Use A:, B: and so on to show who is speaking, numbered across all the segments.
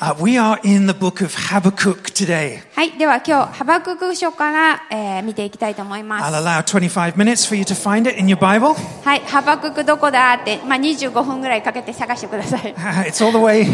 A: Uh, we are in the book of Habakkuk today.
B: はい、では今日、ハバクク書から、えー見ていきたいと思いま
A: I'll
B: す。
A: allow 25 minutes for you to find it in your Bible.
B: はい、ハバククどこだって、まあ、25分ぐらいかけて探してください。
A: Uh, it's all the way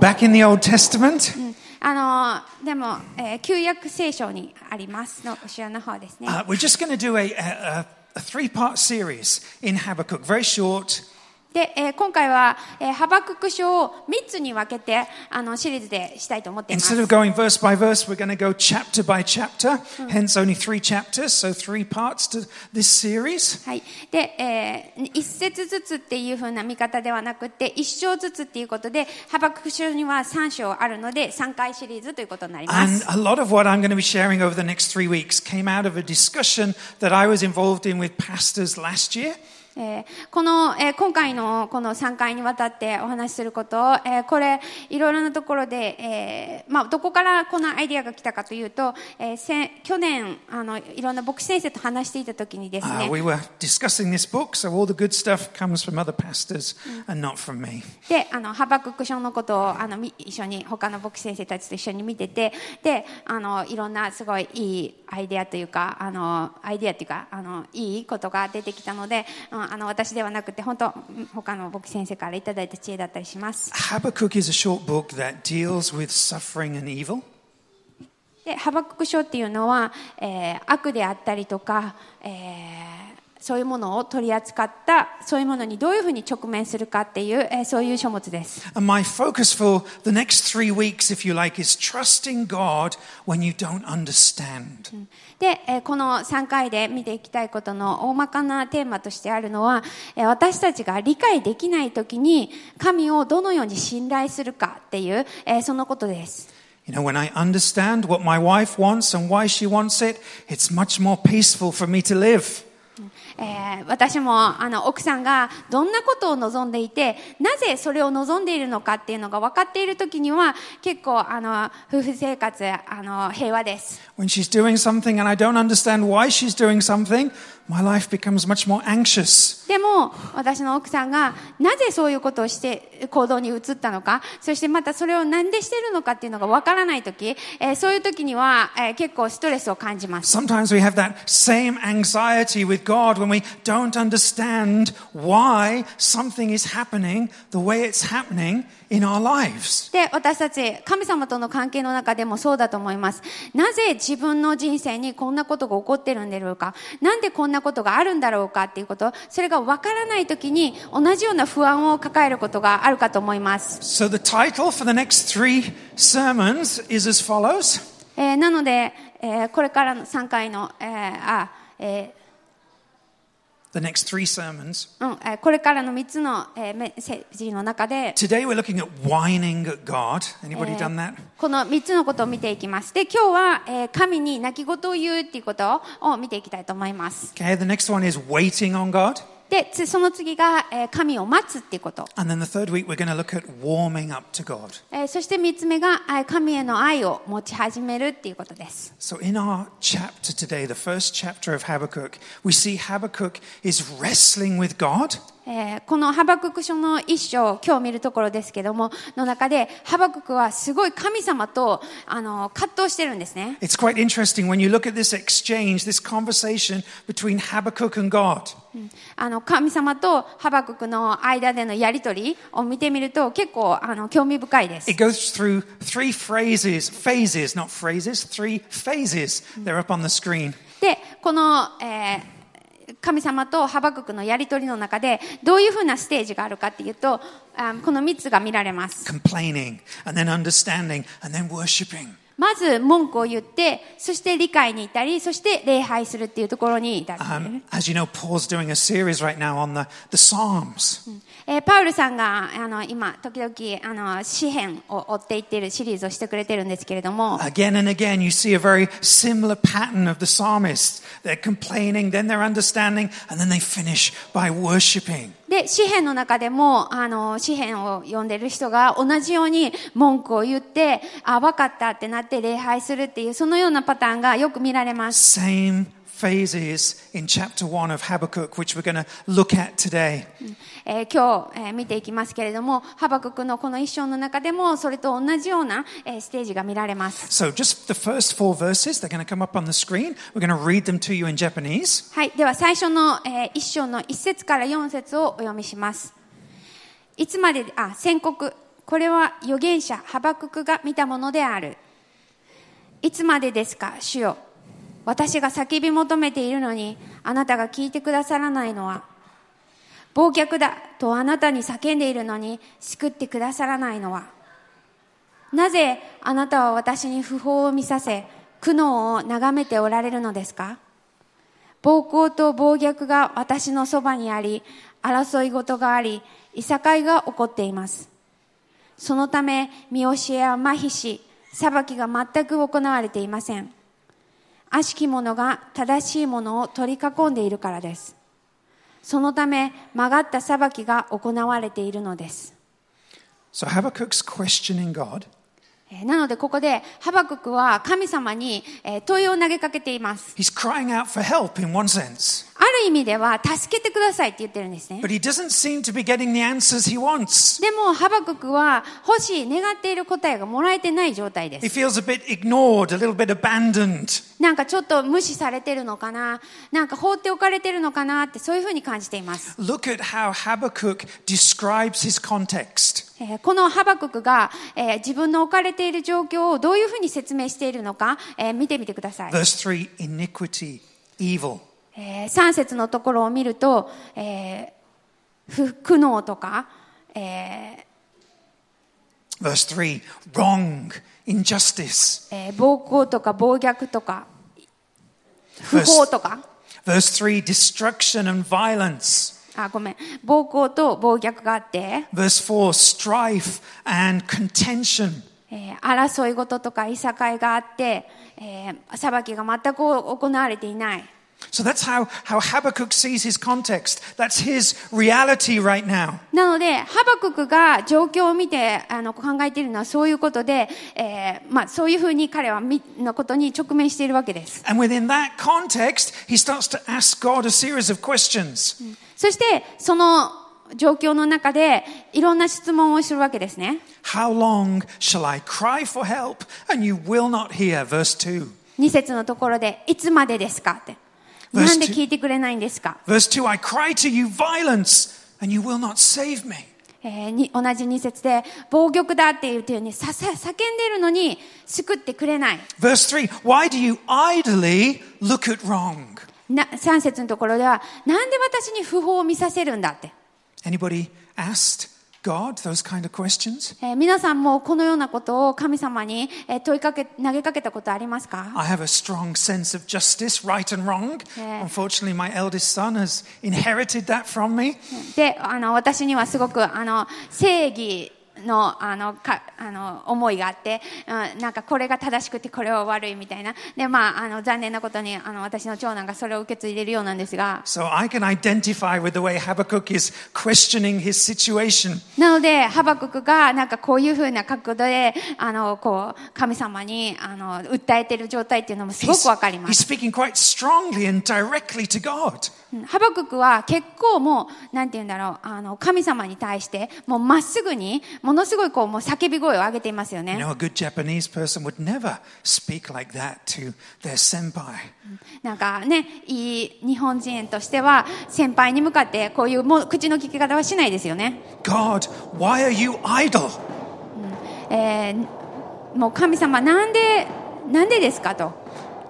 A: back in the Old Testament.
B: あのーでも、えー旧約聖書にありますの、後ろの方ですね。
A: Uh, we're just going to do a, a, a, a three part series in Habakkuk, very short.
B: で、えー今回は、えーハバクク書を3つに分けて、あの、シリーズでしたいと思っていま
A: Instead
B: す
A: of。going verse by verse, we're going to go chapter by chapter, hence only three chapters, so three parts to this series.
B: はい、で、えー一節ずつっていう風な見方ではなくて一章ずつっていうことでハバクク書には3章あるので3回シリーズということになりま
A: And
B: す。
A: a lot of what I'm going to be sharing over the next three weeks came out of a discussion that I was involved in with pastors last year.
B: えーこの、えー今回のこの3回にわたってお話しすることを、えーこれいろいろなところで、えーまあ、どこからこのアイディアが来たかというと、えーせ去年あのいろんな牧師先生と話していた時にです
A: Uh,
B: ね
A: we were discussing this book, so all the good stuff comes from other pastors and not from me.
B: であのハバクック書のことをあのみ一緒に他の牧師先生たちと一緒に見ててであのいろんなすごいいいアイデアというかあのアイデアというかあのいいことが出てきたので、うんあの私ではなくて本当うん他の牧師先生からいただいた知恵だったりします
A: Habakkuk is a short book that deals with suffering and evil.
B: でハバクック書っていうのは、えー悪であったりとか、えーそういうものを取り扱ったそういうものにどういうふうに直面するかっていう、えーそういう書物です
A: And my focus for the next three weeks, if you like, is trusting God when you don't understand.
B: Mm. で、えーこの3回で見ていきたいことの大まかなテーマとしてあるのは、えー私たちが理解できないときに神をどのように信頼するかっていう、えーそのことです。
A: You know, when I understand what my wife wants and why she wants it, it's much more peaceful for me to live.
B: えー私もあの奥さんがどんなことを望んでいてなぜそれを望んでいるのかっていうのが分かっている時には結構あの夫婦生活あの平和です。
A: When she's doing something and I don't understand why she's doing something, my life becomes much more anxious.
B: でも私の奥さんがなぜそういうことをして行動に移ったのかそしてまたそれを何でしてるのかっていうのがわからない時、えーそういう時には、えー結構ストレスを感じます、
A: Sometimes we have that same anxiety with God when we don't understand why something is happening the way it's happening in our lives.
B: で私たち神様との関係の中でもそうだと思いますなぜ自分の人生にこんなことが起こってるんだろうかなんでこんなことがあるんだろうかっていうことそれがわからない時に同じような不安を抱えることがあるかと思います。
A: So the title for the next three sermons is as follows.
B: えーなので、えーこれからの3回の、えーあえ
A: The next three sermons.
B: ーうんえーこれからの3つの、えーメッセージの中で、
A: Today we're looking at whining at God. Anybody done that?
B: この3つのことを見ていきます。で、今日は、えー神に泣き言を言うっていうことを見ていきたいと思います。
A: Okay, the next one is waiting on God.
B: で、つその次が、えー神を待つっていうこと。
A: And then the third week we're going to look at warming up to God.
B: えーそして3つ目が、えー神への愛を持ち始めるっていうことです。
A: So in our chapter today, the first chapter of Habakkuk, we see Habakkuk is wrestling with God.
B: えーこのハバクク書の一章、今日見るところですけども、の中で、ハバククはすごい神様と、あの、葛藤してるんですね。
A: It's quite interesting when you look at this exchange, this conversation between Habakkuk and God.
B: あの神様とハバククの間でのやり取りを見てみると結構あの興味深いです
A: It。goes through three phrases, phases, not phrases, three phases. They're up on the screen.
B: でこの、えー神様とハバククのやり取りの中でどういうふうなステージがあるかっていうとあこの3つが見られます
A: Complaining, and then understanding, and then worshipping.
B: まず文句を言ってそして理解に至りそして礼拝するっていうところに至る、
A: Um, as you know, Paul's doing a series right now on the, the Psalms.
B: えーパウルさんがあの今時々あの詩篇を追っていってるシリーズをしてくれてるんですけれども
A: Again and again, you see a very similar pattern of the psalmists. They're complaining, then they're understanding, and then they finish by worshipping.
B: で、詩篇の中でも、あの、詩篇を読んでる人が同じように文句を言って、あ、わかったってなって礼拝するっていう、そのようなパターンがよく見られます。
A: Same phases in chapter 1 of Habakkuk, which we're going to look at today.
B: えー今日、えー見ていきますけれども、ハバククのこの一章の中でも、それと同じような、えーステージが見られます。
A: So, just the first four verses, they're going to come up on the screen. We're going to read them to you in Japanese.
B: はい、では最初の、え1章の1節から4節をお読みします。いつまで、あ、宣告。これは預言者、ハバククが見たものである。いつまでですか、主よ。私が叫び求めているのに、あなたが聞いてくださらないのは、忘却だとあなたに叫んでいるのに、救ってくださらないのは、なぜあなたは私に不法を見させ、苦悩を眺めておられるのですか暴行と暴虐が私のそばにあり、争い事があり、いさかいが起こっています。そのため、見教えは麻痺し、裁きが全く行われていません。悪しき者が正しいものを取り囲んでいるからです。そのため、曲がった裁きが行われているのです。
A: So, Habakkuk's questioning God.
B: えーなので、ここで、ハバククは神様にえー問いを投げかけています。
A: He's crying out for help in one sense,
B: ある意味では、助けてくださいって言ってるんですね。
A: but he doesn't seem to be getting the answers he wants.
B: でも、ハバククは欲しい、願っている答えがもらえてない状態で
A: He
B: す。
A: feels a bit ignored, a little bit abandoned.
B: なんかちょっと無視されてるのかな、なんか放っておかれてるのかなって、そういうふうに感じています。
A: Look at how Habakkuk describes his context.
B: えーこのハバククが、えー自分の置かれている状況をどういうふうに説明しているのか、えー見てみてください。
A: Verse 3 iniquity, evil.
B: え3節のところを見ると、えー不苦悩とか、えー
A: Verse 3 wrong, injustice.
B: えー暴行とか暴虐とか、不
A: Verse,
B: 法とか。
A: verse 3 destruction and violence.
B: あごめん暴行と暴虐があって、
A: Verse 4 strife and contention.
B: えー争い事とかいさかいがあって、えー裁きが全く行われていない、
A: So that's how, how Habakkuk sees his context. That's his reality right now.
B: なのでハバククが状況を見てあの考えているのはそういうことで、えーまあ、そういうふうに彼はみのことに直面しているわけです
A: And within that context, he starts to ask God a series of questions.
B: そしてその状況の中でいろんな質問をするわけですね
A: How long shall I cry for help and you will not hear? Verse 2.
B: 2節のところで「いつまでですか?」って「
A: Verse
B: なんで
A: two.
B: 聞いてくれないんですか?」
A: Verse 2 I cry to you violence and you will not save me.
B: えーに同じ2節で暴虐だっていうようにささ叫んでいるのに救ってくれない
A: Verse 3 Why do you idly look at wrong?
B: な3節のところではなんで私に不法を見させるんだって、
A: Anybody asked God those kind of questions?
B: えー皆さんもこのようなことを神様に、えー問いかけ投げかけたことありますか
A: I have a strong sense of justice, right and wrong.
B: Yeah.
A: Unfortunately, my eldest son has inherited that from me.
B: であの私にはすごくあの正義のあのかあの思いがあって、うん、なんかこれが正しくてこれは悪いみたいなで、まあ、あの残念なことにあの私の長男がそれを受け継いでいるようなんですが
A: So I can identify with the way Habakkuk is questioning his situation.
B: なので、ハバククがなんかこういうふうな角度で、あの、こう、神様に、あの、訴えてる状態っていうのもすご
A: He's,
B: くわかりま
A: he's
B: す。
A: speaking quite strongly and directly to God.
B: うんハバククは結構もう、なんて言うんだろう、あの、神様に対して、もうまっすぐに、ものすごいこう、もう叫び声を上げていますよ
A: You
B: ね。
A: know, a good Japanese person would never speak like that to their senpai.
B: なんかね、いい日本人としては、先輩に向かってこういうもう口の聞き方はしないですよね。
A: God, why are you idle?
B: えーもう神様なんで、なんでですかと。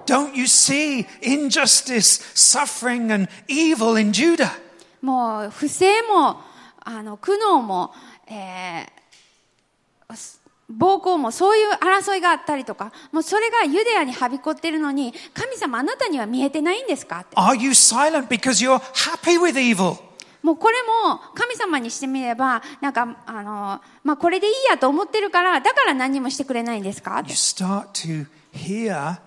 A: Don't you see injustice, suffering, and evil in Judah?
B: もう不正もあの苦悩も、えーす暴行もそういう争いがあったりとかもうそれがユダヤにはびこってるのに神様あなたには見えてないんですかって
A: Are you silent because you're happy with evil?
B: もうこれも神様にしてみればなんかあの、まあ、これでいいやと思ってるからだから何もしてくれないんですかって
A: You start to hear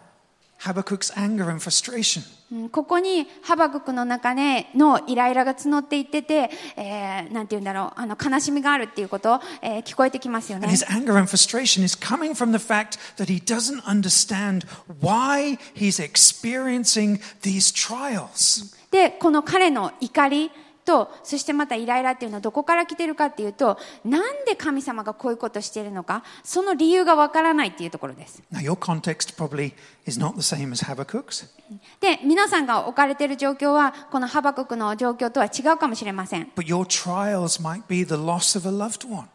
A: Habakkuk's anger and frustration.
B: うんここにハバククの中でのイライラが募っていってて、えーなんて言うんだろう、あの悲しみがあるっていうこと、えー聞こえてきますよね
A: And。his anger and frustration is coming from the fact that he doesn't understand why he's experiencing these trials.
B: で、この彼の怒りと、そしてまたイライラっていうのはどこから来てるかっていうと、なんで神様がこういうことしているのか、その理由がわからないっていうところです。
A: Now, your context probably is not the same as Habakkuk's.
B: で、皆さんが置かれている状況は、このハバククの状況とは違うかもしれません。
A: But your trials might be the loss of a loved one,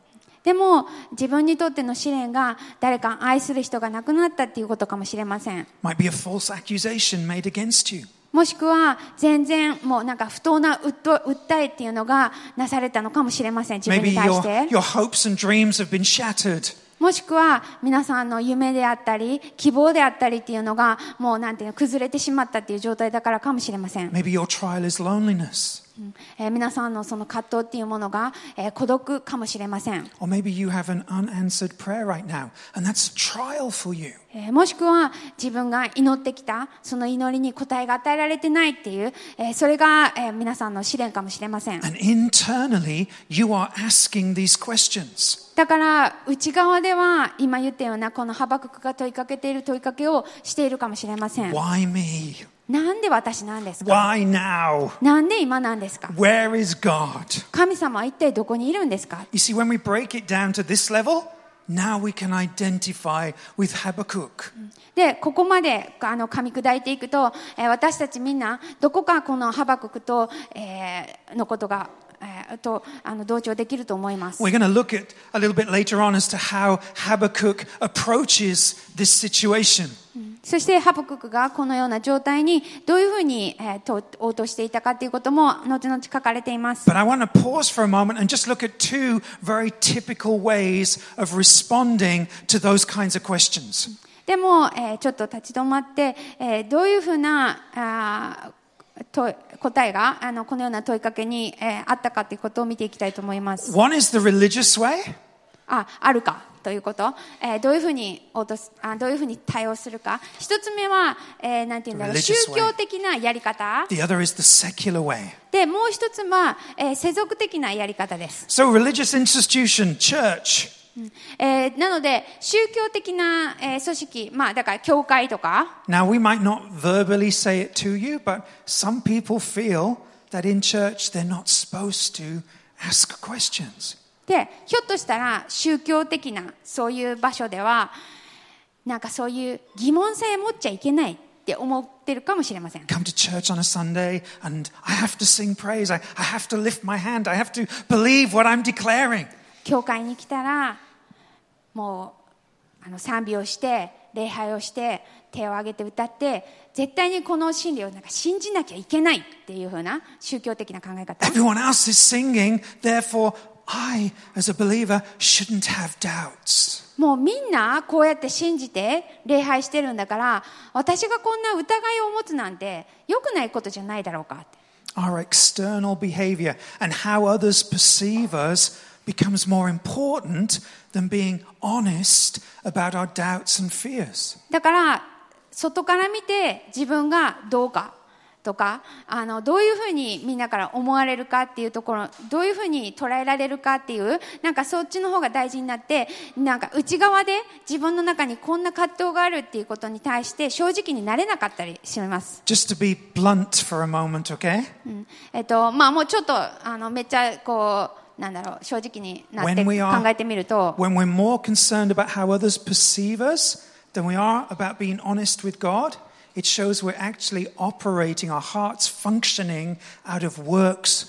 B: でも、自分にとっての試練が、誰か愛する人が亡くなったっていうことかもしれません。
A: might be a false accusation made against you,
B: もしくは全然もうなんか不当な訴訴えっていうのがなされたのかもしれません自分
A: maybe
B: に対
A: your,
B: して
A: your hopes and dreams have been shattered.
B: もしくは皆さんの夢であったり希望であったりっていうのがもうなんていうの崩れてしまったっていう状態だからかもしれません、
A: Maybe your trial is loneliness,
B: うんえー皆さんのその葛藤っていうものが、えー孤独かもしれません、
A: or maybe you have an unanswered prayer right now, and that's a trial for you.
B: えーもしくは自分が祈ってきたその祈りに答えが与えられてないっていう、えーそれが、えー皆さんの試練かもしれません
A: And internally, you are asking these questions.
B: だから内側では今言ったようなこのハバククが問いかけている問いかけをしているかもしれません。
A: Why me?
B: なんで私なんですか
A: Why now?
B: なんで今なんですか
A: Where is God?
B: 神様は一体どこにいるんですか
A: You see, when we break it down to this level, now we can identify with Habakkuk.
B: で、ここまであの噛み砕いていくと、えー私たちみんなどこかこのハバククと、えーのことが、えーとあの同調できると思います。
A: We're going to look at a little bit later on as to how Habakkuk approaches this situation.
B: そしてハバククがこのような状態にどういうふうに、えーと応答していたかということも後々書かれています。
A: But I want to pause for a moment and just look at two very typical ways of responding to those kinds of questions.
B: でも、えーちょっと立ち止まって、えーどういうふうなあーと答えがあのこのような問いかけに、えーあったかということを見ていきたいと思います。
A: One is the religious way,
B: ああるかということ、えーどういうふうに応答すあどういうふうに対応するか一つ目は、えーなんて言うんだろう
A: Religious
B: 宗教的なやり方
A: the other is the secular way.
B: でもう一つは、えー世俗的なやり方です、
A: So, religious institution, church,
B: うんえーなので宗教的な、えー組織まあだから教会とか
A: Now, we might not verbally say it to you, but some people feel that in church they're not supposed to ask questions.
B: でひょっとしたら宗教的なそういう場所ではなんかそういう疑問さえ持っちゃいけないって思ってるかもしれません
A: Come to church on a Sunday and I have to sing praise. I, I have to lift my hand. I have to believe what I'm declaring.
B: 教会に来たらもうあの賛美をして礼拝をして手を挙げて歌って絶対にこの真理をなんか信じなきゃいけないっていう風な宗教的な考え方
A: Everyone else is singing, therefore, I, as a believer, shouldn't have doubts.
B: もうみんなこうやって信じて礼拝してるんだから私がこんな疑いを持つなんて良くないことじゃないだろうかって。
A: Our external behavior and how others perceive us becomes more important than being honest about our doubts and fears.
B: だから外から見て自分がどうかとかあのどういうふうにみんなから思われるかっていうところどういうふうに捉えられるかっていうなんかそっちの方が大事になってなんか内側で自分の中にこんな葛藤があるっていうことに対して正直になれなかったりします。
A: Just to be blunt for a moment, okay?
B: うんえっとまあ、もうちょっとあのめっちゃこうなんだろう正直になって
A: When we are-
B: 考えてみると
A: When we're more concerned about how others perceive us than we are about being honest with God, it shows we're actually operating, our hearts functioning out of works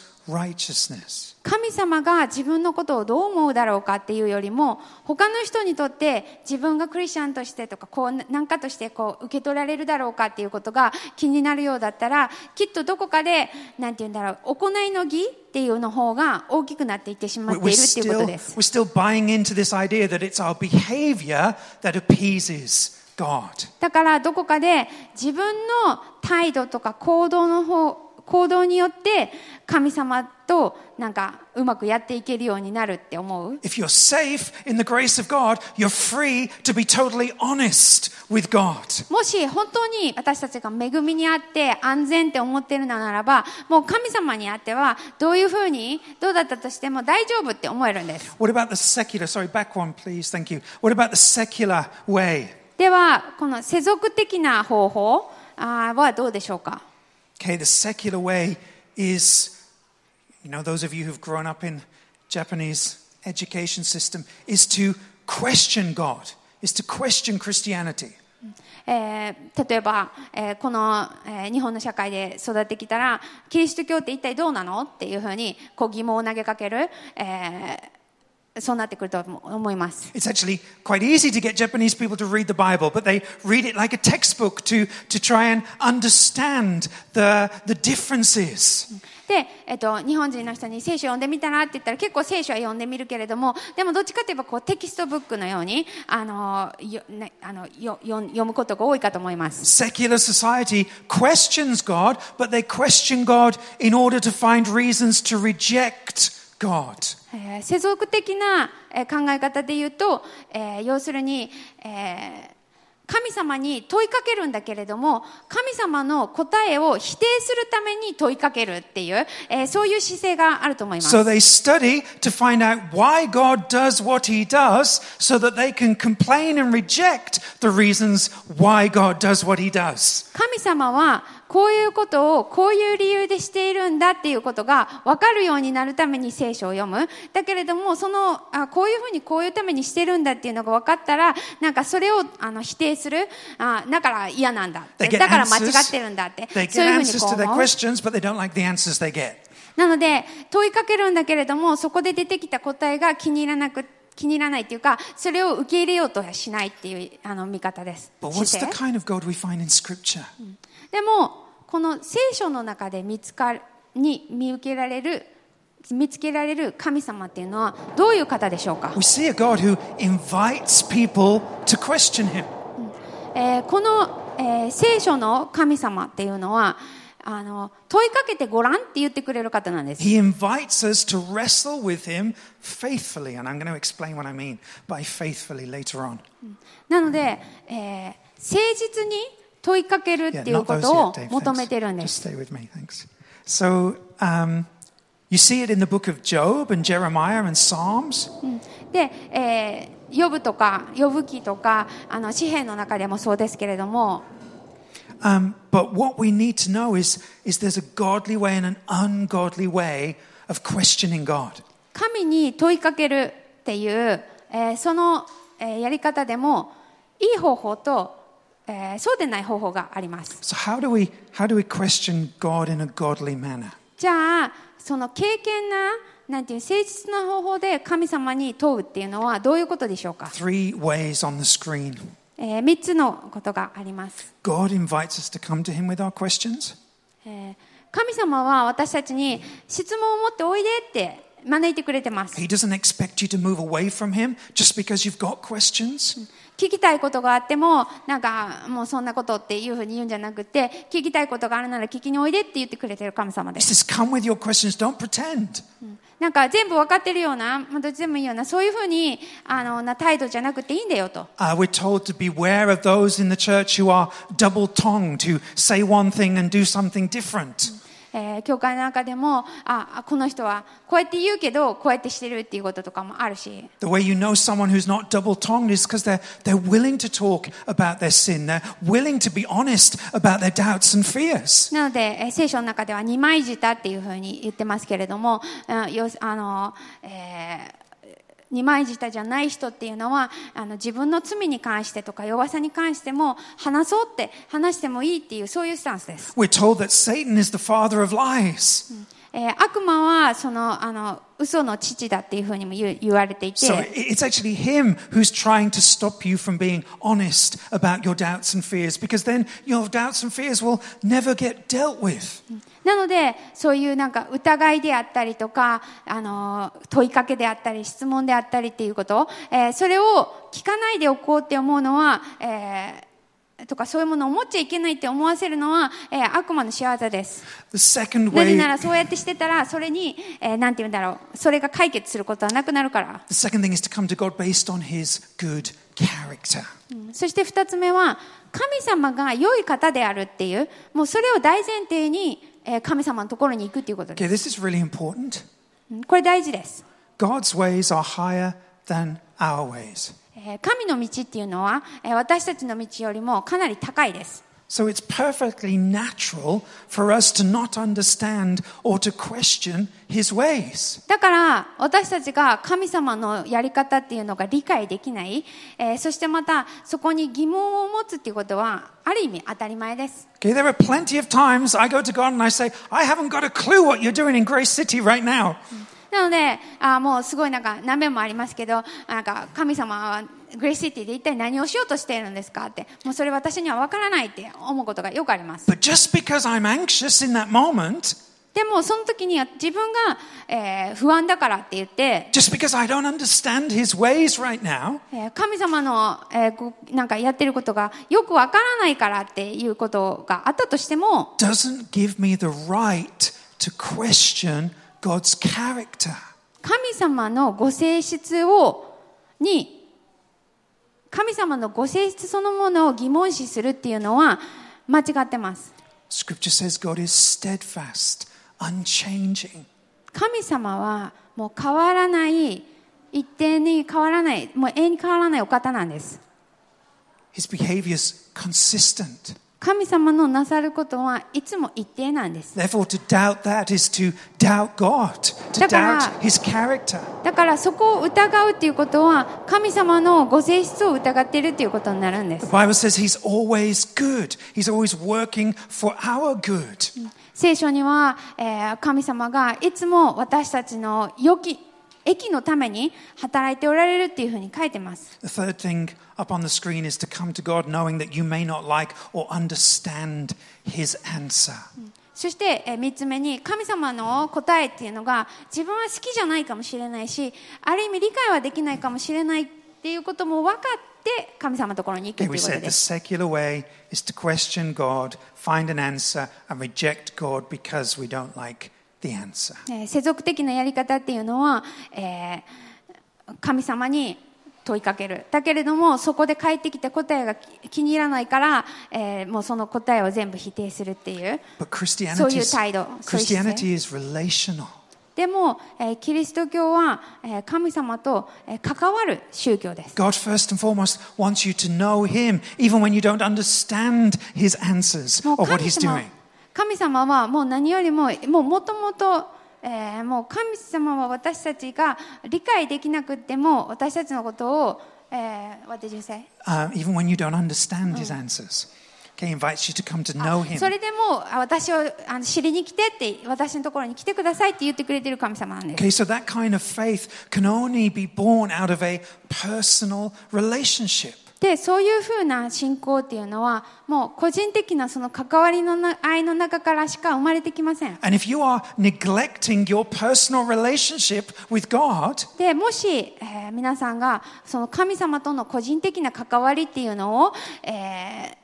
A: righteousness.
B: 神様が自分のことをどう思うだろうかっていうよりも他の人にとって自分がクリスチャンとしてとかこう何かとしてこう受け取られるだろうかっていうことが気になるようだったらきっとどこかでなんて言うんだろう行いの義っていうの方が大きくなっていってしまっ
A: We-
B: て
A: We're
B: いるっていうこと
A: still,
B: で
A: we're
B: す
A: still buying into this idea that it's our behavior that appeases God.
B: だからどこかで自分の態度とか行動の方行動によって神様となんかうまくやっていけるようになるって思う
A: If you're safe in the grace of God, you're free to be totally honest with God.
B: もし本当に私たちが恵みにあって安全って思ってるのならばもう神様にあってはどういうふうにどうだったとしても大丈夫って思えるんです
A: What about the secular? Sorry, back one, please. Thank you. What about the secular way?
B: ではこの世俗的な方法あーはどうでしょうか
A: Okay, the secular way is, you know, those of you who've grown up in Japanese education system, is to question God, is to question Christianity.
B: えー例えば、えーこの、えー日本の社会で育ってきたらキリスト教って一体どうなのっていうふうにこう疑問を投げかける、えーそうなってくると思思います、
A: It's actually quite easy to get Japanese people to read the Bible, but they read it like a textbook to, to try and understand the, the differences.
B: で、えっと日本人の人に聖書読んでみたらって言ったら結構聖書は読んでみるけれどもでもどっちかといえばこうテキストブックのようにあのよ、ね、あのよよ読むことが多いかと思います
A: Secular society questions God, but they question God in order to find reasons to reject God.
B: えー世俗的なえー考え方で言うと、えー要するに、えー神様に問いかけるんだけれども神様の答えを否定するために問いかけるっていう、えーそういう姿勢があると思います。
A: So they study to find out why God does what he does so that they can complain and reject the reasons why God does what he does.
B: 神様はこういうことをこういう理由でしているんだっていうことが分かるようになるために聖書を読むだけれどもそのあこういうふうにこういうためにしてるんだっていうのが分かったらなんかそれをあの否定するあだから嫌なんだって
A: They get
B: だから間違
A: answers,
B: ってるんだって
A: they
B: そ
A: get
B: ういうふうに
A: answers
B: こ
A: to
B: う
A: their
B: 思う
A: questions, but they don't like the answers they get.
B: なので問いかけるんだけれどもそこで出てきた答えが気に入らなく気に入らないっていうかそれを受け入れようとはしないっていうあの見方です
A: But what's
B: 姿
A: the
B: 勢
A: kind of God we find in Scripture?
B: でもこの聖書の中で見つかるに見受けられる見つけられる神様っていうのはどういう方でしょうか
A: We、see a God who invites people to question him.
B: えーこの、えー聖書の神様っていうのはあの問いかけてごらんって言ってくれる方なんです
A: He invites us to wrestle with him faithfully, and I'm going to explain what I mean by faithfully later on.
B: なので、えー誠実に問いかける
A: Yeah,
B: っていう
A: not
B: こ
A: those
B: と
A: yet,
B: を
A: Dave.
B: 求めてるん
A: Thanks.
B: で
A: Just
B: す
A: stay with me, thanks. So, um, you see it in the book of Job and Jeremiah and Psalms.
B: で、えー、呼ぶとか呼ぶ記とかあの紙幣の中でもそうですけれども
A: Um, but what we need to know is, is there's a godly way and an ungodly way of questioning God.
B: 神に問いかけるっていう、えーその、えーやり方でもいい方法と、えーそうでない方法があります
A: So, how do we, how do we question God in a godly manner?
B: じゃあその経験ななんていう誠実な方法で神様に問うっていうのはどういうことでしょうか、
A: Three ways on the screen.
B: え3つのことがあります
A: God invites us to come to Him with our questions.
B: えー神様は私たちに質問を持っておいでって招いてくれてます
A: He doesn't expect you to move away from Him just because you've got questions.
B: 聞きたいことがあってもなんかもうそんなことっていうふうに言うんじゃなくて聞きたいことがあるなら聞きにおいでって言ってくれてる神様で
A: He
B: す
A: says, Come with your questions, don't pretend.
B: なんか全部分かってるようなまあどっちでもいいようなそういうふうにあのな態度じゃなくていいんだよと
A: Uh, we're told to beware of those in the church who are double tongued, who say one thing and do something different.
B: えー教会の中でもああこの人はこうやって言うけどこうやってしてるっていうこととかもあるし
A: The way you know someone who's not double tongued is because they're, they're willing to talk about their sin, they're willing to be honest about their doubts and fears.
B: なので、えー聖書の中では二枚舌っていうふうに言ってますけれども、うんよあのえー二枚舌じゃない人っていうのはあの自分の罪に関してとか弱さに関しても話そうって話してもいいっていうそういうスタンスです、
A: We're told that Satan is the father of lies.
B: えー悪魔はそのあの嘘の父だっていうふうにも言う言われていて、
A: So i- it's actually him who's trying to stop you from being honest about your doubts and fears because then your doubts and fears will never get dealt with.
B: なのでそういうなんか疑いであったりとかあの問いかけであったり質問であったりっていうこと、えーそれを聞かないでおこうって思うのは、えーとかそういうものを持っちゃいけないって思わせるのは、えー悪魔の仕業です。
A: The second
B: なぜ
A: way,
B: なら
A: the
B: そうやってしてたら、それに、えーなんて言うんだろう、それが解決することはなくなるから。
A: second thing is to come to God based on his good character.
B: うんそして二つ目は、神様が良い方であるっていう、もうそれを大前提に、えー神様のところに行くっていうことです。
A: Okay, this is really important.
B: うんこれ大事です。
A: God's ways are higher than our ways.
B: えー神の道っていうのは、えー私たちの道よりもかなり高いです。
A: So it's perfectly natural for us to not understand or to question his ways.
B: だから私たちが神様のやり方っていうのが理解できない、えーそしてまたそこに疑問を持つっていうことはある意味当たり前です、
A: Okay, there are plenty of times I go to God and I say, I haven't got a clue what you're doing in Grace City right now.
B: なのであーもうすごいなんか何面もありますけどなんか神様はグレイシティで一体何をしようとしているんですかってもうそれ私には分からないって思うことがよくあります
A: But just because I'm anxious in that moment,
B: でもその時には自分が、えー不安だからって言って、
A: just because I don't understand his ways right now,
B: えー神様の、えーごなんかやってることがよく分からないからっていうことがあったとしても
A: doesn't give me the right to question God's character.
B: 神様のご性質をに神様のご性質そのものを疑問視するっていうのは間違ってます
A: Scripture says God is steadfast, unchanging.
B: 神様はもう変わらない一定に変わらないもう永遠に変わらないお方なんです
A: His behavior is consistent.
B: 神様のなさることはいつも一定なんです
A: Therefore, to doubt that is to doubt God, to
B: だから、
A: doubt his character.
B: だからそこを疑うっていうことは神様のご性質を疑っているっていうことになるんで
A: The
B: す
A: Bible says he's always good, he's always working for our good.
B: 聖書には、えー神様がいつも私たちの良き益のために働いておられるっていうふうに書いてます。
A: The third thing up on the screen is to come to God knowing that you may not like or understand his answer.
B: そして、え3つ目に神様の答えっていうのが自分は好きじゃないかもしれないしある意味理解はできないかもしれないっていうことも分かって神様のところに行く
A: Okay,
B: って
A: we
B: いうこと
A: said the
B: です。
A: secular way is to question God, find an answer, and reject God because we don't like the answer.
B: えー世俗的なやり方っていうのは、えー神様に問いかけるだけれどもそこで返ってきた答えがき気に入らないから、えーもうその答えを全部否定するっていう
A: But Christianity, is,
B: そういう態度、そういう姿勢。
A: Christianity is relational.
B: でも、えーキリスト教は、えー神様と、えー関わる宗教です
A: God, first and foremost, wants you to know Him, even when you don't understand His answers
B: も
A: or
B: う
A: what
B: 神
A: He's
B: 様
A: doing.
B: 神様はもう何よりももうもともと、えーもう神様は私たちが理解できなくっても私たちのことを、えー What did you say?
A: Uh, even when you don't understand His answers. Okay, He invites you to come to know
B: そ
A: Him.
B: れでもあ私をあの知りに来てって私のところに来てくださいって言ってくれてる神様なんです、
A: Okay, so that kind of faith can only be born out of a personal relationship.
B: でそういうふうな信仰っていうのはもう個人的なその関わりのな愛の中からしか生まれてきません
A: And if you are neglecting your personal relationship with God,
B: でもし、えー皆さんがその神様との個人的な関わりっていうのを、えー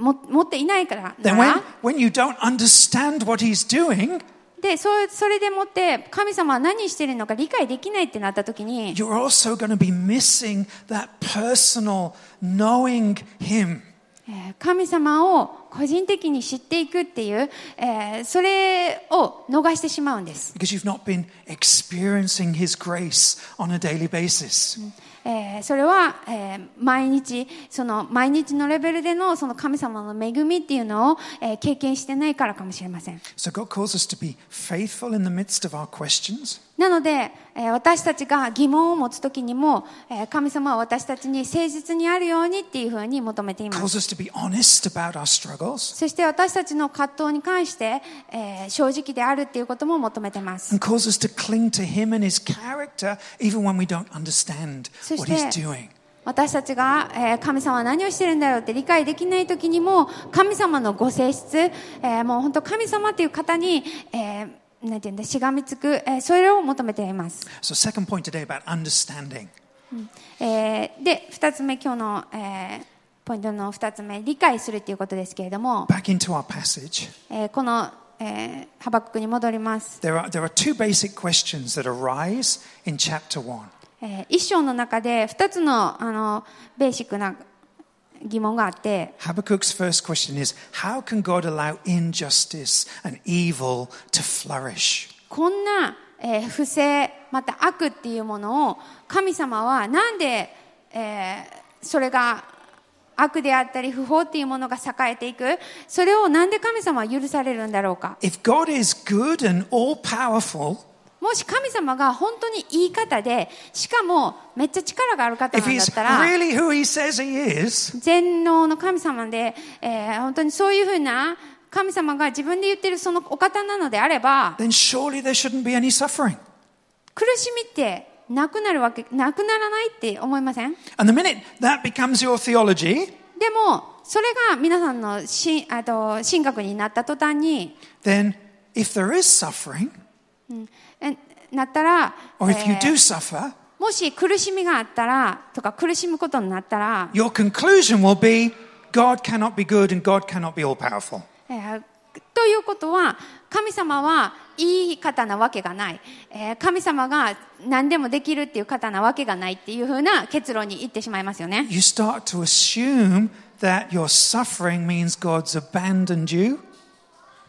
B: も持っていないからな
A: then when,
B: ら
A: when you don't understand what He's doing,
B: でそうそれでもって神様は何してるのか理解できないってなった時に
A: you're also going to be missing that personal knowing Him.
B: えー神様を個人的に知っていくっていう、えーそれを逃してしまうんです、
A: because you've not been experiencing His grace on a daily basis.
B: えーそれは、えー毎日その毎日のレベルでのその神様の恵みっていうのを、えー経験してないからかもしれません
A: So God calls us to be faithful in the midst of our questions,
B: なので、えー私たちが疑問を持つ時にも、えー神様は私たちに誠実にあるようにっていうふうに求めています
A: calls us to be honest about our struggles,
B: そして私たちの葛藤に関して、えー正直であるっていうことも求めてます
A: and calls us to cling to Him and His character even when we don't understand what He's
B: そして、
A: doing.
B: 私たちが、えー神様は何をしてるんだろうって理解できない時にも神様のご性質、えーもう本当神様っていう方に、えーなんていうんだしがみつく、えーそれを求めています、
A: So, second point today about understanding.
B: えーで2つ目今日の、えーポイントの2つ目、理解するということですけれども、
A: Back into our passage,
B: えーこの、えーハバククに戻ります。
A: there are, there are two basic questions that arise in chapter 1.
B: えー一章の中で2つのあのベーシックな疑問があって、
A: Habakkuk's first question is How can God allow injustice and evil to flourish?
B: こんな、えー不正、また悪っていうものを神様はなんで、えーそれが悪であったり不法っていうものが栄えていく、それをなんで神様は許されるんだろうか。
A: If God is good and all powerful,
B: もし神様が本当に言い方で、しかもめっちゃ力がある方
A: if
B: なんだっ
A: He's
B: たら、
A: really who He says He is,
B: 全能の神様で、えー本当にそういうふうな神様が自分で言ってるそのお方なのであれば、
A: then surely there shouldn't be any suffering.
B: 苦しみってなくなるわけ、なくならないって思いません
A: And the minute that becomes your theology,
B: でも、それが皆さんのしあと神学になった途端に、
A: then if there is suffering,
B: えなったら、
A: or if you
B: えー
A: do suffer,
B: もし苦しみがあったら、とか苦しむことになったら、
A: your conclusion will be God cannot be good and God cannot be all powerful.
B: えーということは、神様はいい方なわけがない、えー神様が何でもできるっていう方なわけがないっていうふうな結論に行ってしまいますよね。
A: You start to assume that your suffering means God's abandoned you.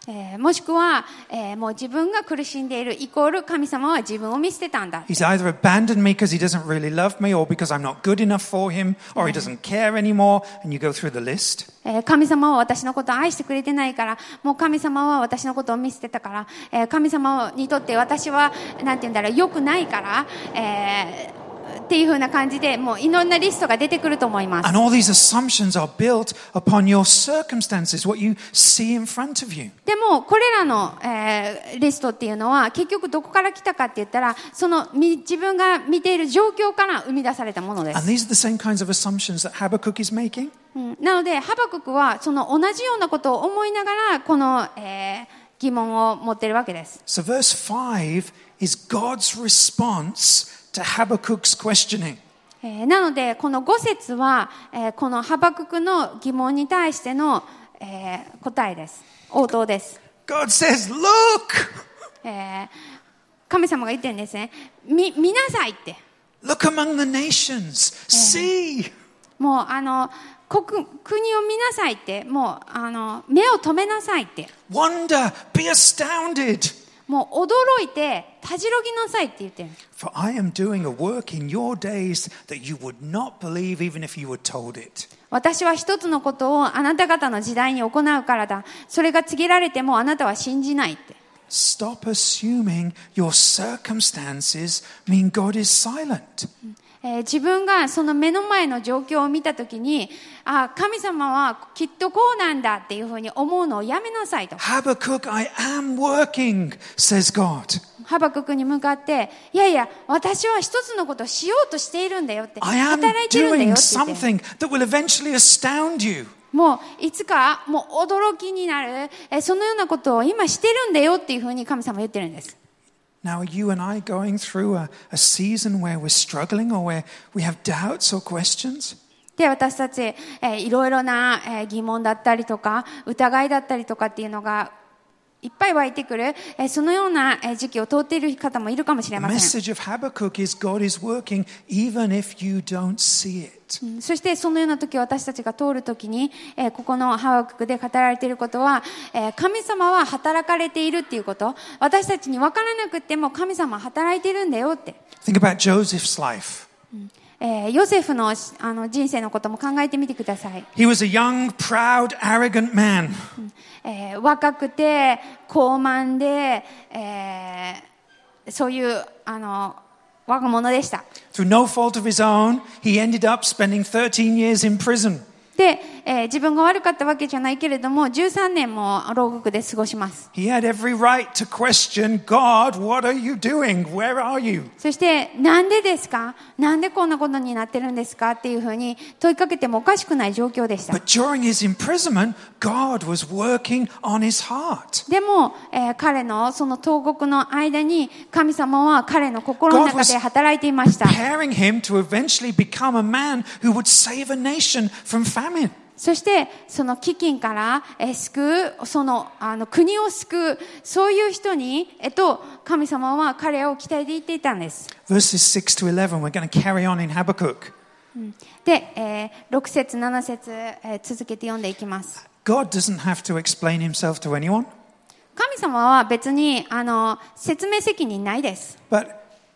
B: えーもしくは、えーもう自分が苦しんでいるイコール神様は自分を見捨てたんだ
A: He's either abandoned me because he doesn't really love me, or because I'm not good enough for him, or he doesn't care anymore, and you go through the list.
B: えー神様は私のことを愛してくれてないから、もう神様は私のことを見捨てたから、えー神様にとって私は、なんて言うんだろう、良くないから、えーっていう風な感じで、もういろんなリストが出てくると思います。
A: And all these assumptions are built upon your circumstances, what you see in front of you.
B: でも、これらの、えーリストっていうのは、結局どこから来たかって言ったら、そのみ自分が見ている状況から生み出されたもので
A: And
B: す。
A: these are the same kinds of assumptions that Habakkuk is making.
B: うんなので、ハバククは、その同じようなことを思いながら、この、えー疑問を持っているわけです。
A: So, verse 5 is God's response to Habakkuk's questioning.
B: えーなので、この5節は、えーこのハバククの疑問に対しての、えー答えです。応答です、
A: God says, Look!
B: えー神様が言ってるんですね。み、見なさいって。
A: Look among the nations! See!
B: もう、あの、国、国を見なさいって。もう、あの、目を留めなさいって。
A: Wonder! Be astounded!
B: もう、驚いて、たじろぎなさいって言ってる。
A: For I am doing a work in your days that you would not believe even if you were told it.
B: 私は一つのことをあなた方の時代に行うからだ。それが告げられてもあなたは信じないって。
A: Stop assuming your circumstances mean God is silent.
B: えー自分がその目の前の状況を見たときに、あ神様はきっとこうなんだっていうふうに思うのをやめなさいと。
A: Habakkuk, I am working, says God.
B: ハバククに向かって、いやいや、私は一つのことをしようとしているんだよって、
A: I am
B: 働いてるんだよ
A: doing
B: って言って。
A: something that will eventually astound you.
B: もういつかもう驚きになる、えーそのようなことを今してるんだよっていうふうに神様は言ってるんです。
A: Now, are you and I going through a, a season where we're struggling or where we have doubts or questions?
B: で、私たち、えーいろいろな、えー疑問だったりとか、疑いだったりとかっていうのが、いっぱい湧いてくる、えーそのようなえー時期を通っている方もいるかもしれ
A: The
B: ません。
A: message of Habakkuk is God is working even if you don't see it.
B: うんそしてそのような時私たちが通る時に、えーここのハワククで語られていることは、えー神様は働かれているっていうこと私たちに分からなくっても神様は働いてるんだよって、
A: Think about Joseph's life.
B: えーヨセフのあの人生のことも考えてみてください、
A: He was a young, proud, arrogant man.
B: えー若くて高慢で、えーそういうあの若者でした。
A: Through no fault of his own, he ended up spending 13 years in prison.
B: で、えー自分が悪かったわけじゃないけれども、13年も牢獄で過ごします。
A: He had every right to question God, what are you doing? Where are you?
B: そして、なんでですかなんでこんなことになってるんですかっていうふうに問いかけてもおかしくない状況でした。
A: But during his imprisonment, God was working on his heart.
B: でも、えー彼のその投獄の間に神様は彼の心の
A: God
B: 中
A: was
B: で働いていました。
A: preparing him to eventually become a man who would save a nation from famine.
B: そしてその飢饉から、えー救うそのあの国を救うそういう人に、えっと、神様は彼らを期待で言っていたんです
A: Verses 6 to 11, we're going to carry on in Habakkuk.
B: で、え6節7節、えー続けて読んでいきます
A: God doesn't have to explain himself to anyone,
B: 神様は別にあの説明責任ないです
A: but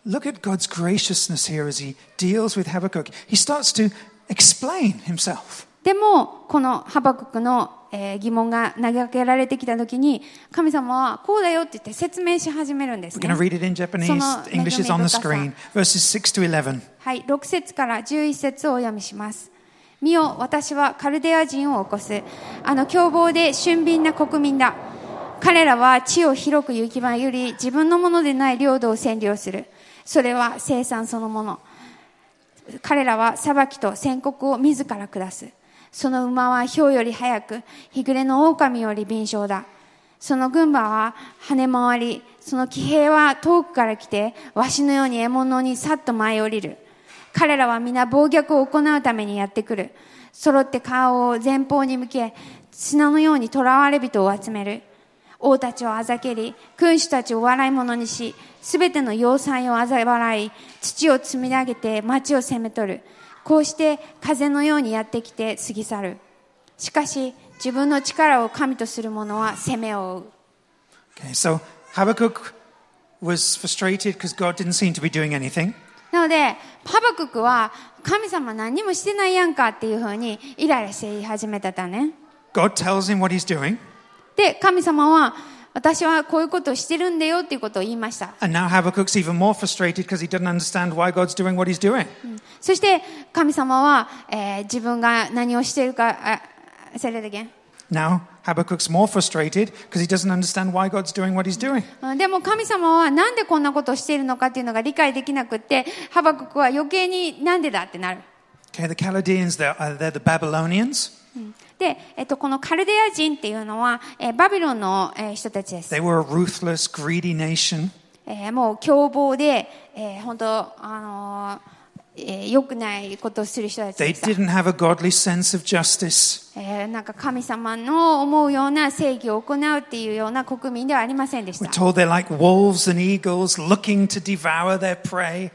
A: look at God's graciousness here as he deals with Habakkuk. He starts to explain himself.
B: でもこのハバククの、えー疑問が投げかけられてきた時に神様はこうだよって言って説明し始めるんです、
A: We're
B: ね
A: going to read it in Japanese.
B: その
A: English is on the
B: 恵み深さ。
A: screen. Verses 6 to 11.
B: はい、6節から11節をお読みします。見よ、私はカルデア人を起こす。あの凶暴で俊敏な国民だ。彼らは地を広く行き場より自分のものでない領土を占領する。それは生産そのもの。彼らは裁きと宣告を自ら下す。その馬は氷より速く、日暮れの狼より敏捷だ。その軍馬は跳ね回り、その騎兵は遠くから来て、わしのように獲物にさっと舞い降りる。彼らは皆暴虐を行うためにやってくる。揃って顔を前方に向け、砂のように囚われ人を集める。王たちをあざけり、君主たちを笑い者にし、すべての要塞をあざ笑い、土を積み上げて町を攻め取る。こうして風のようにやってきて過ぎ去る。しかし、自分の力を神とする者は攻めを追う。
A: Okay, so Habakkuk was frustrated because God didn't seem to be doing anything.
B: なので、パバククは神様何にもしてないやんかっていうふうにイライラして言い始めたたね。
A: God tells him what he's doing,
B: で、神様は私はこういうことをしてるんだよっていうことを言いました。
A: and now Habakkuk's even more frustrated because he doesn't understand why God's doing what he's doing.
B: そして神様は、えー自分が何をしているか、あ、それだけ。
A: Now Habakkuk's more frustrated because he doesn't understand why God's doing what he's doing.
B: うんでも神様はなんでこんなことをしているのかっていうのが理解できなくって、ハバククは余計になんでだってなる。
A: Okay, the Chaldeans, they're, uh, they're the Babylonians.
B: で、えっと、このカルデア人っていうのは、えーバビロンの、えー人たちです。
A: They were a ruthless, greedy nation.
B: えーもう凶暴で、えー本当、あのーえー良くないことをする人たち
A: They
B: でした
A: didn't have a godly sense of justice.
B: えーなんか神様の思うような正義を行うっていうような国民ではありませんでし
A: We're
B: た。
A: told they're like wolves and eagles looking to devour their prey.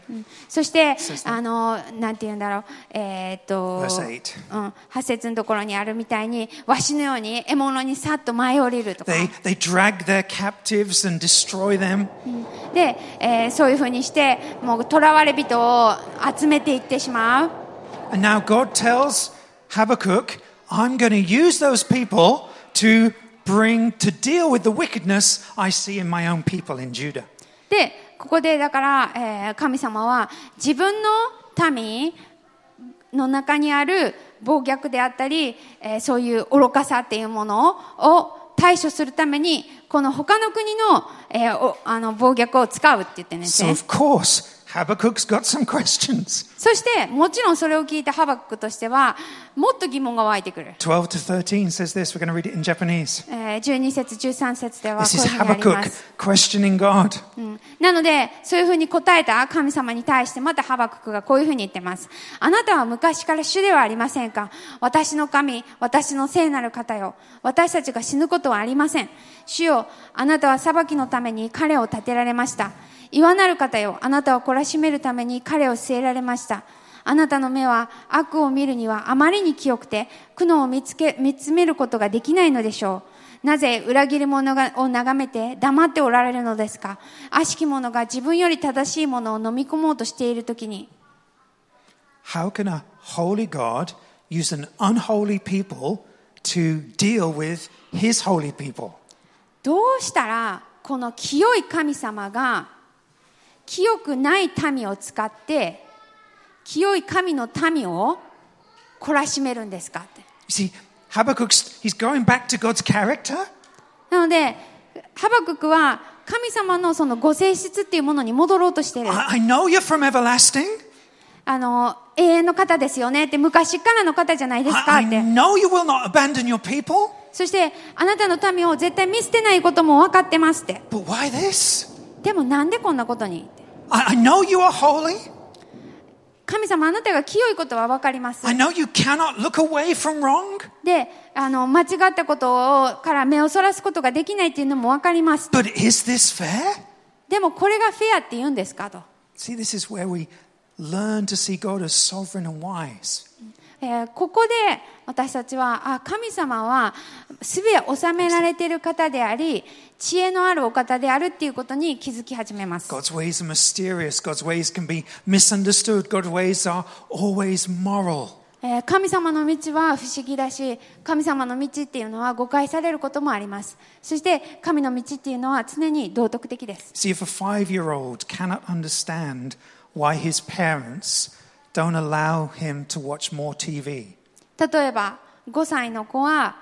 B: そして
A: です、ね
B: あのーなんて言うんだろう、えーっと、
A: Verse 8
B: うん、8節のところにあるみたいに、わしのように獲物にさっと舞い降りるとか。
A: They, they drag their captives and destroy them.
B: で、えーそういうふうにして、もう囚われ人を集めていってしまう。
A: And now God tells Habakkuk, I'm going to use those people to bring, to deal with the wickedness I see in my own people in Judah.
B: でここでだから、えー神様は自分の民の中にある暴虐であったり、えーそういう愚かさっていうものを対処するためにこの他の国の,、えーおあの暴虐を使うって言ってるんです
A: So,
B: ね
A: of course, Habakkuk's got some questions.
B: そしてもちろんそれを聞いたハバクとしてはもっと疑問が湧いてくる、
A: 12 to 13 says this. We're going to read it in Japanese.
B: えー12節13節ではこ
A: This
B: うい
A: is
B: うふうにありま
A: Habakkuk
B: す
A: questioning God.
B: うんなので、そういうふうに答えた神様に対して、またハバククがこういうふうに言ってます。あなたは昔から主ではありませんか私の神、私の聖なる方よ。私たちが死ぬことはありません。主よ、あなたは裁きのために彼を立てられました。岩なる方よ、あなたを懲らしめるために彼を据えられました。あなたの目は悪を見るにはあまりに清くて苦悩を見つけ見つめることができないのでしょう。なぜ裏切り者がを眺めて黙っておられるのですか悪しき者が自分より正しいものを飲み込もうとしているときに
A: How can a holy God use an unholy people to deal with his holy people?
B: どうしたらこの清い神様が清くない民を使って清い神の民を懲らしめるんですかって。
A: You see, Habakkuk's he's going back to God's character.
B: なので、ハバククは神様のそのご性質っていうものに戻ろうとしてる。
A: I, I know you're from everlasting.
B: あの、永遠の方ですよねって、昔からの方じゃないですか
A: I, I
B: って。
A: know you will not abandon your people.
B: そして、あなたの民を絶対見捨てないことも分かってますって。
A: But why this?
B: でもなんでこんなことに
A: I, I know you are holy.
B: 神様あなたが清いことは分かります
A: I know you cannot look away from wrong,
B: であの間違ったことをから目をそらすことができないっていうのも分かります
A: but is this fair?
B: でもこれがフェアって言うんですかと、
A: See, this is where we learn to see God as sovereign and wise.
B: えーここで私たちはあ神様はすべを収められている方であり知恵のあるお方であるっていうことに気づき始めます
A: God's ways are mysterious, God's ways can be misunderstood, God's ways are always moral.
B: えー神様の道は不思議だし神様の道っていうのは誤解されることもありますそして神の道っていうのは常に道徳的です
A: See, if a five year old cannot understand why his parents don't allow him to watch more TV,
B: 例えば5歳の子は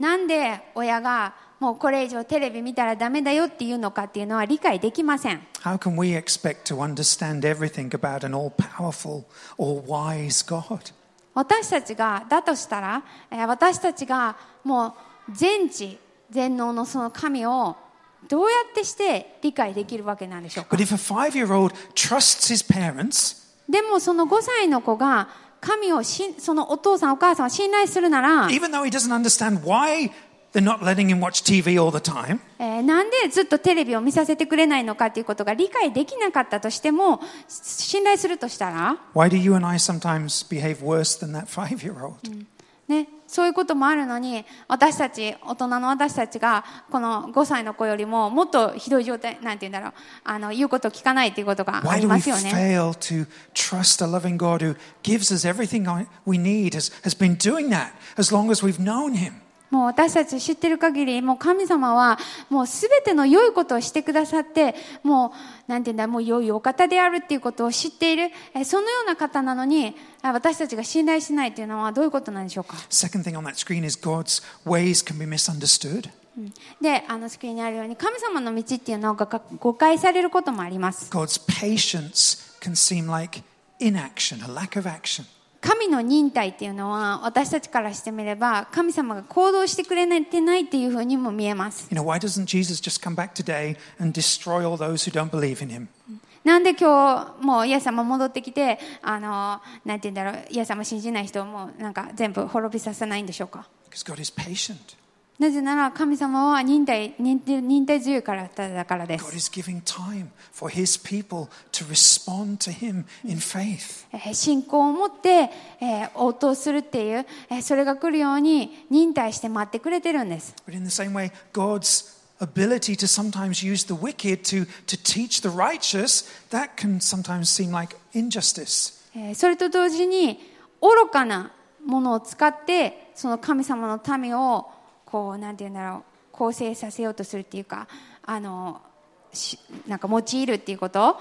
B: なんで親がもうこれ以上テレビ見たらダメだよっていうのかっていうのは理解できません
A: how can we expect to understand everything about an all powerful, all wise God?
B: 私たちがだとしたらえー私たちがもう全知全能のその神をどうやってして理解できるわけなんでしょうか
A: But if a five year old trusts his parents,
B: でもその5歳の子が神をしそのお父さんお母さんを信頼するなら、
A: even though he doesn't understand why they're not letting him watch TV all the time,
B: えーなんでずっとテレビを見させてくれないのかっていうことが理解できなかったとしても信頼するとしたら
A: why do you and I sometimes behave worse than that five year old?
B: ね、そういうこともあるのに私たち大人の私たちがこの5歳の子よりももっとひどい状態なんて言うんだろうあの言うこと聞かないっていうことがあ
A: Why
B: り
A: do
B: ま
A: we
B: すよね
A: fail to trust a loving God who gives us everything I- we need, has, has been doing that as long as we've known him?
B: もう私たち知ってる限りもう神様はもうすべての良いことをしてくださってもうなんて言うんだもう良いお方であるっていうことを知っているえそのような方なのにあ私たちが信頼しないっていうのはどういうことなんでしょうか
A: Second thing on that screen is God's ways can be misunderstood.
B: であのスクリーンにあるように神様の道っていうのは誤誤解されることもあります
A: God's patience can seem like inaction, a lack of action.
B: 神の忍耐っていうのは私たちからしてみれば神様が行動してくれてないっていうふうにも見えます
A: You know, why doesn't Jesus just come back today and destroy all those who don't believe in him?
B: なんで今日もうイエス様戻ってきてあのなんて言うんだろうイエス様信じない人をもうなんか全部滅びさせないんでしょうか
A: Because God is patient.
B: なぜなら神様は忍耐忍忍耐強いからだからで
A: God
B: す
A: is giving time for his people to respond to him in faith.
B: えー信仰を持って、えー応答するっていう、えーそれが来るように忍耐して待ってくれてるんです
A: But in the same way, God's ability to sometimes use the wicked to, to teach the righteous, that can sometimes seem like injustice.
B: えーそれと同時に愚かなものを使ってその神様の民をこうなんて言うんだろう構成させようとするっていうかあのしなんか用いるっていうこと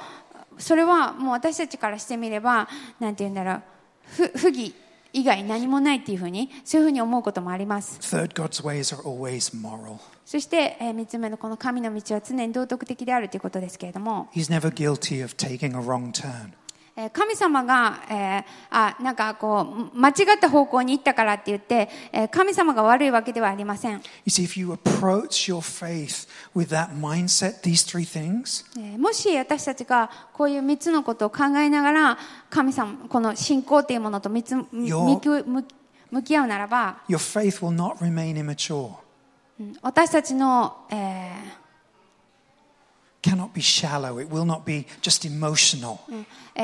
B: それはもう私たちからしてみればなんて言うんだろう不不義以外何もないっていうふうにそういうふうに思うこともあります
A: Third, God's ways are always moral.
B: そして、え3つ目のこの神の道は常に道徳的であるということですけれども
A: He's never guilty of taking a wrong turn.
B: えー神様が、えーあなんかこう間違った方向に行ったからって言って、えー神様が悪いわけではありません、
A: You see, if you approach your faith with that mindset, these three things,
B: えーもし私たちがこういう3つのことを考えながら神様この信仰というものと三つむ
A: よ
B: 向き向き向き合うならば
A: your faith will not remain immature,
B: うん私たちの、えー
A: cannot be shallow, it will not be just emotional.
B: え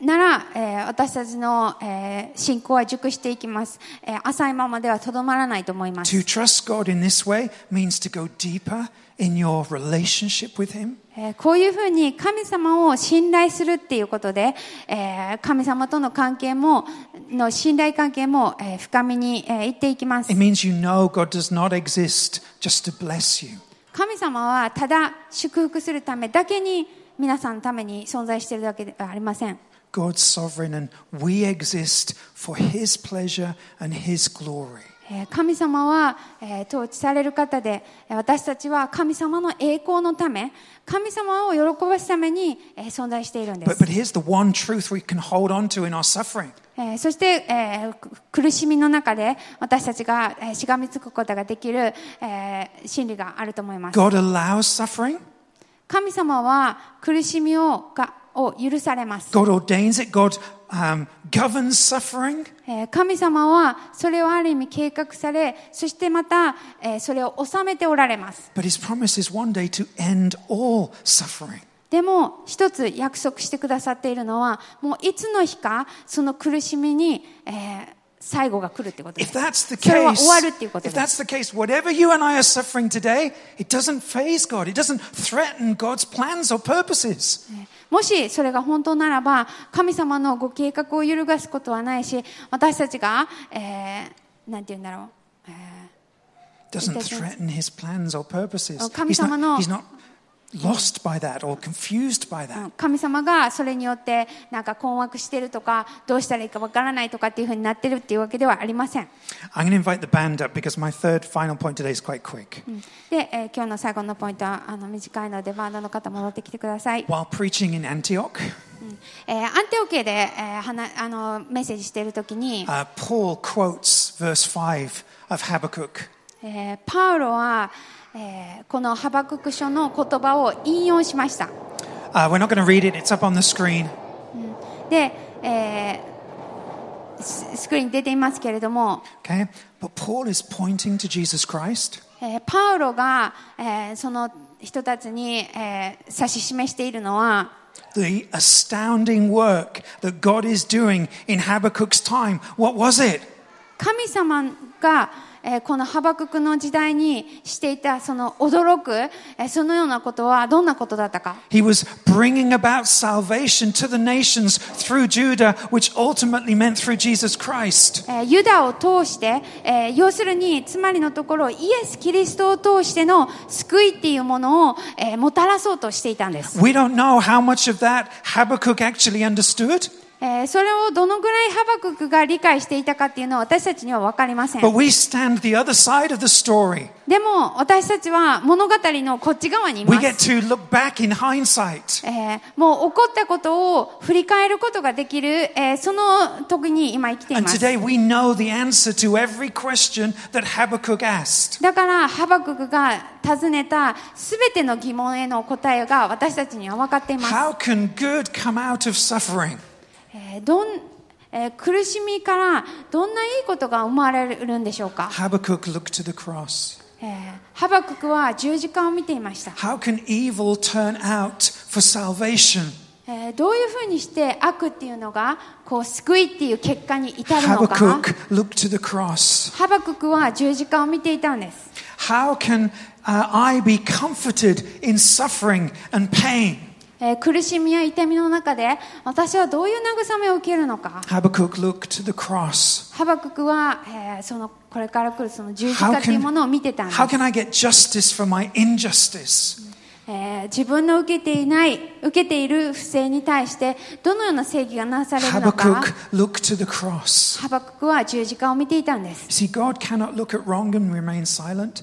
B: ーなら、えー私たちの、えー信仰は熟していきます、えー浅いままではとどまらないと思います
A: To trust God in this way means to go deeper in your relationship with Him.
B: えーこういうふうに神様を信頼するっていうことで、えー神様との関係も、の信頼関係も、えー深みに、えーいっていきます
A: It。means you know God does not exist just to bless you.
B: 神様はただ祝福するためだけに皆さんのために存在しているだけではありません。
A: God's sovereign, and we exist for His pleasure and His glory.
B: えー神様は、えー統治される方で、えー私たちは神様の栄光のため、神様を喜ばすために、えー存在しているんで
A: But,
B: す
A: but。here's the one truth we can hold on to in our suffering
B: えーそして、えーく苦しみの中で私たちが、えーしがみつくことができる、えー真理があると思います。
A: God allows suffering,
B: 神様は苦しみをがを許されます。
A: God ordains it, God um, governs suffering,
B: えー神様はそれをある意味計画されそしてまた、えーそれを収めておられます
A: but his promise is one day to end all suffering.
B: でも一つ約束してくださっているのはもういつの日かその苦しみに、えー最後が来るってことで
A: If
B: す
A: that's the
B: それは
A: case,
B: 終わるっていうことで
A: if
B: す
A: that's the case, whatever you and I are suffering today, it doesn't phase God. It doesn't threaten God's plans or purposes.
B: もしそれが本当ならば神様のご計画を揺るがすことはないし私たちが、えーなんて言うんだろう、えー
A: It doesn't
B: doesn't-
A: threaten his plans or purposes.
B: 神様の-
A: He's not, he's not lost by that or confused by that.
B: 神様がそれによってなんか困惑してるとかどうしたらいいかわからないとかっていうふうになってるっていうわけではありません
A: I'm going to invite the band up because my third final point today is quite quick.
B: Hmm. で、えー今日の最後のポイントはあの短いのでバンドの方戻ってきてください、
A: While preaching in Antioch,
B: えーアンテオケで、えー話あのメッセージしている時に、
A: uh, Paul quotes verse 5 of Habakkuk.
B: えーパウロは、えーこのハバクク書の言葉を引用しました
A: Uh, we're not going to read it, it's up on the screen.
B: で、えーススクリーンに出ていますけれども、
A: Okay? But Paul is pointing to Jesus Christ.
B: えーパウロが、えーその人たちに、えー指し示しているのは
A: the astounding work that God is doing in Habakkuk's time. What was it?
B: 神様が、えーこのハバククの時代にしていたその驚く、えーそのようなことはどんなことだったか
A: He was bringing about salvation to the nations through Judah, which ultimately meant through Jesus Christ.
B: えーユダを通して、えー要するにつまりのところイエス・キリストを通しての救いっていうものを、えーもたらそうとしていたんです
A: We don't know how much of that Habakkuk actually understood,
B: えーそれをどのぐらいハバククが理解していたかっていうのは私たちには分かりません
A: but。we stand the other side of the story.
B: でも私たちは物語のこっち側にいま
A: We get
B: す。
A: to look back in hindsight.
B: えーもう起こったことを振り返ることができる、えーその時に今生きてい
A: And
B: ます。
A: today we know the answer to every question that Habakkuk asked.
B: だからハバククが尋ねたすべての疑問への答えが私たちには分かっています。
A: How can good come out of suffering?
B: えーどんえー苦しみからどんないいことが生まれるんでしょうか、
A: Habakkuk looked to the cross.
B: えーハバククは十字架を見ていました。
A: How can evil turn out for salvation?
B: えーどういうふうにして悪っていうのがこう救いっていう結果に至るのか
A: Habakkuk looked to the cross.
B: ハバククは十字架を見ていたんです
A: How can uh, I be comforted in suffering and pain?
B: えー苦しみや痛みの中で私はどういう慰めを受けるのか
A: Habakkuk looked to the cross.
B: ハバククは、えーそのこれから来るその十字架
A: How
B: っていう
A: can,
B: ものを見てたんです
A: how、can I get justice for my injustice?
B: えー自分の受けていない受けている不正に対してどのような正義がなされるのか
A: Habakkuk looked to the cross.
B: ハバククは十字架を見ていたんです
A: See, God cannot look at wrong and remain silent.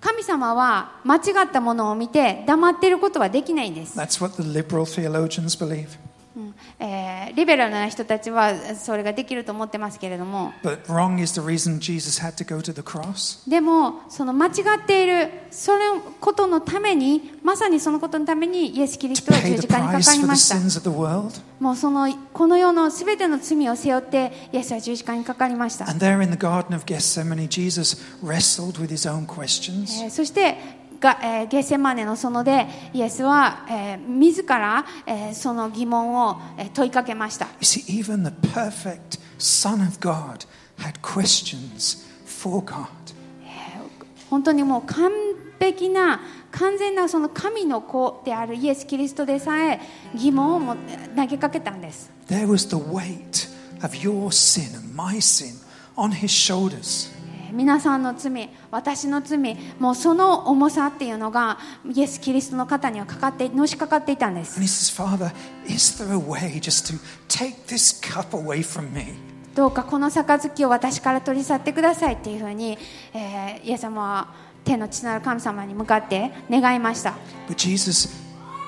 B: 神様は間違ったものを見て黙っていることはできないんです
A: That's what the liberal theologians believe.
B: うんえーリベラルな人たちはそれができると思ってますけれども
A: But wrong is the reason Jesus had to go to the cross.
B: でもその間違っているそのことのためにまさにそのことのためにイエス・キリス
A: To
B: トは
A: pay
B: 十
A: the
B: 字架にかか
A: price
B: り
A: for
B: ま
A: the
B: した
A: sins of the world.
B: もうそのこの世のすべての罪を背負ってイエスは十字架にかかりました、
A: And there in the Garden of Gethsemane, Jesus wrestled with his own questions.
B: えーそしてが、えーゲッセマネの園でイエスは、えー自ら、えーその疑問を、えー問いかけました
A: You see, even the perfect Son of God had questions for God.
B: 本当にもう完璧な完全なその神の子であるイエス・キリストでさえ疑問をも投げかけたんです
A: There was the weight of your sin and my sin on his shoulders.
B: えー皆さんの罪私の罪もうその重さっていうのがイエス・キリストの肩にはかかってのしかかっていたんで
A: And
B: す
A: he says, Father, is there a way just to take this cup away from me?
B: どうかこの杯を私から取り去ってくださいっていうふうに、えーイエス様は天の父なる神様に向かって願いました
A: But Jesus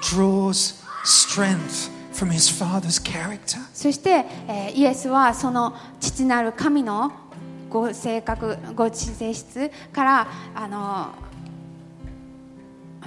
A: draws strength from his Father's character.
B: そして、えーイエスはその父なる神のご性格ご性質からあのえ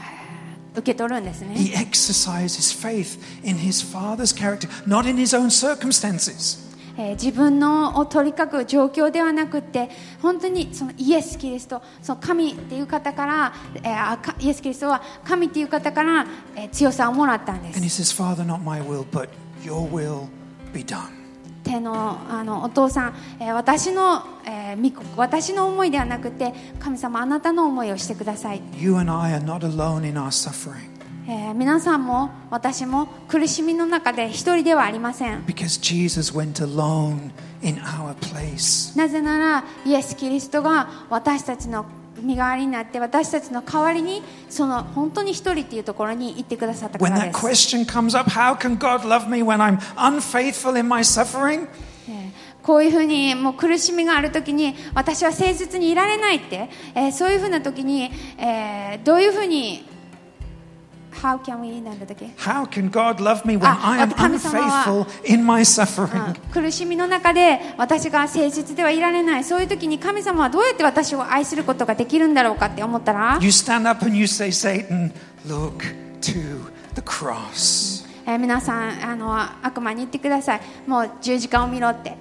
B: ー受け取るんですね
A: He exercises faith in his father's character, not in his own circumstances.
B: えー自分のを取り囲く状況ではなくって本当にそのイエス・キリストその神っていう方から、えーあかイエス・キリストは神っていう方から、えー強さをもらったんで
A: And
B: す
A: he says, Father, not my will, but your will be done.
B: 天のあのお父さん、えー私の、えー御心私の思いではなくて神様あなたの思いをしてください、
A: You and I are not alone in our suffering
B: えー皆さんも私も苦しみの中で一人ではありません
A: because Jesus went alone in our place.
B: なぜならイエス・キリストが私たちの身代わりになって私たちの代わりにその本当に一人っていうところに行ってくださったか
A: When
B: ら
A: that
B: です、
A: question comes up, how can God love me when I'm unfaithful in my suffering?
B: えーこういうふうにもう苦しみがある時に私は誠実にいられないって、えーそういうふうな時に、えーどういうふうに How can we なんだったっけ
A: How can God love me when
B: Ah,
A: I am
B: 神様は-
A: unfaithful in my suffering?
B: 苦しみの中で私が誠実ではいられないそういう時に神様はどうやって私を愛することができるんだろうかって思ったら
A: You stand up and you say, Satan, look to the cross.
B: えー皆さんあの悪魔に言ってくださいもう十字架を見ろって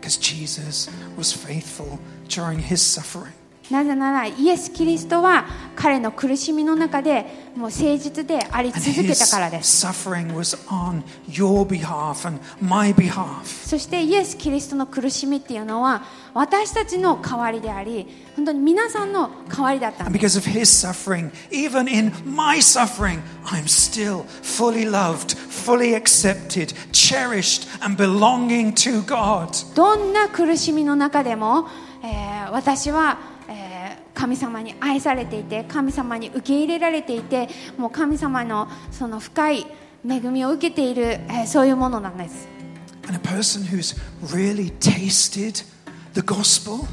A: Because Jesus was faithful during his suffering.
B: なぜならイエス・キリストは彼の苦しみの中でもう誠実であり
A: And
B: 続けたからで
A: his
B: す
A: suffering was on your behalf and my behalf.
B: そしてイエス・キリストの苦しみっていうのは私たちの代わりであり本当に皆さんの代わりだったん
A: And
B: です
A: because of his suffering, even in my suffering, I'm still fully loved, fully accepted, cherished, and belonging to God.
B: どんな苦しみの中でも、えー私は、えー神様に愛されていて神様に受け入れられていてもう神様のその深い恵みを受けている、えーそういうものなんです
A: And a person who's really tasted the gospel.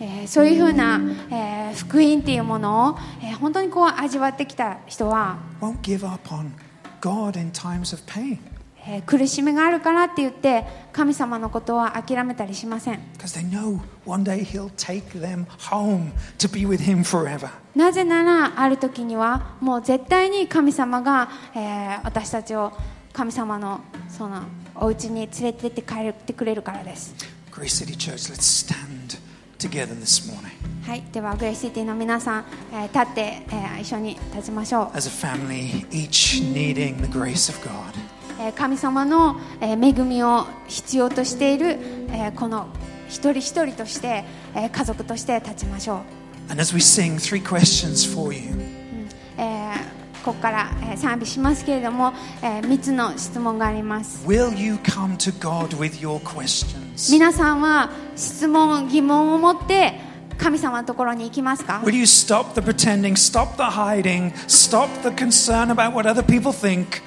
B: えーそういうふうな、えー福音っていうものを、えー本当にこう味わってきた人は、
A: won't give up on God in times of pain
B: えー苦しみがあるからって言って神様のことは諦めたりしません
A: because they know one day He'll take them home to be with Him forever.
B: なぜならある時にはもう絶対に神様が、えー私たちを神様のそのお家に連れてって帰ってくれるからです、
A: Grace City Church, let's stand together this morning
B: はい、ではグレイシティの皆さん、えー立って、えー一緒に立ちましょう
A: as a family, each needing the grace of God.
B: えー神様のえー恵みを必要としているえーこの一人一人としてえー家族として立ちましょ
A: And as we sing, three questions for you.
B: う、えーここからえー賛美しますけれども、え3つの質問があります
A: Will you come to God with your questions?
B: 皆さんは質問疑問を持って神様のところに行きますか
A: Will you stop the pretending, stop the hiding, stop the concern about what other people think?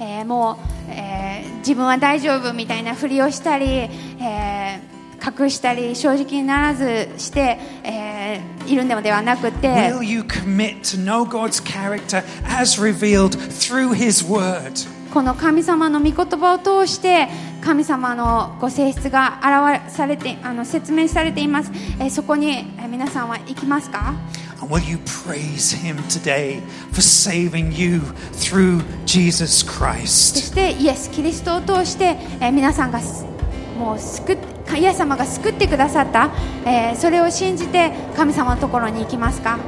B: えーもう、えー自分は大丈夫みたいなふりをしたり、えー隠したり正直にならずして、えーいるのではなくて
A: Will you commit to know God's character as revealed through His Word?
B: この神様の御言葉を通して神様のご性質が表れされてあの説明されています、えーそこにえー皆さんは行きますか、
A: And will you praise Him today for saving you through Jesus
B: そ
A: Christ?
B: してイエス・キリストを通して、えー皆さんがすもう救っイエス様が救ってくださった、えーそれを信じて神様のところに行きますか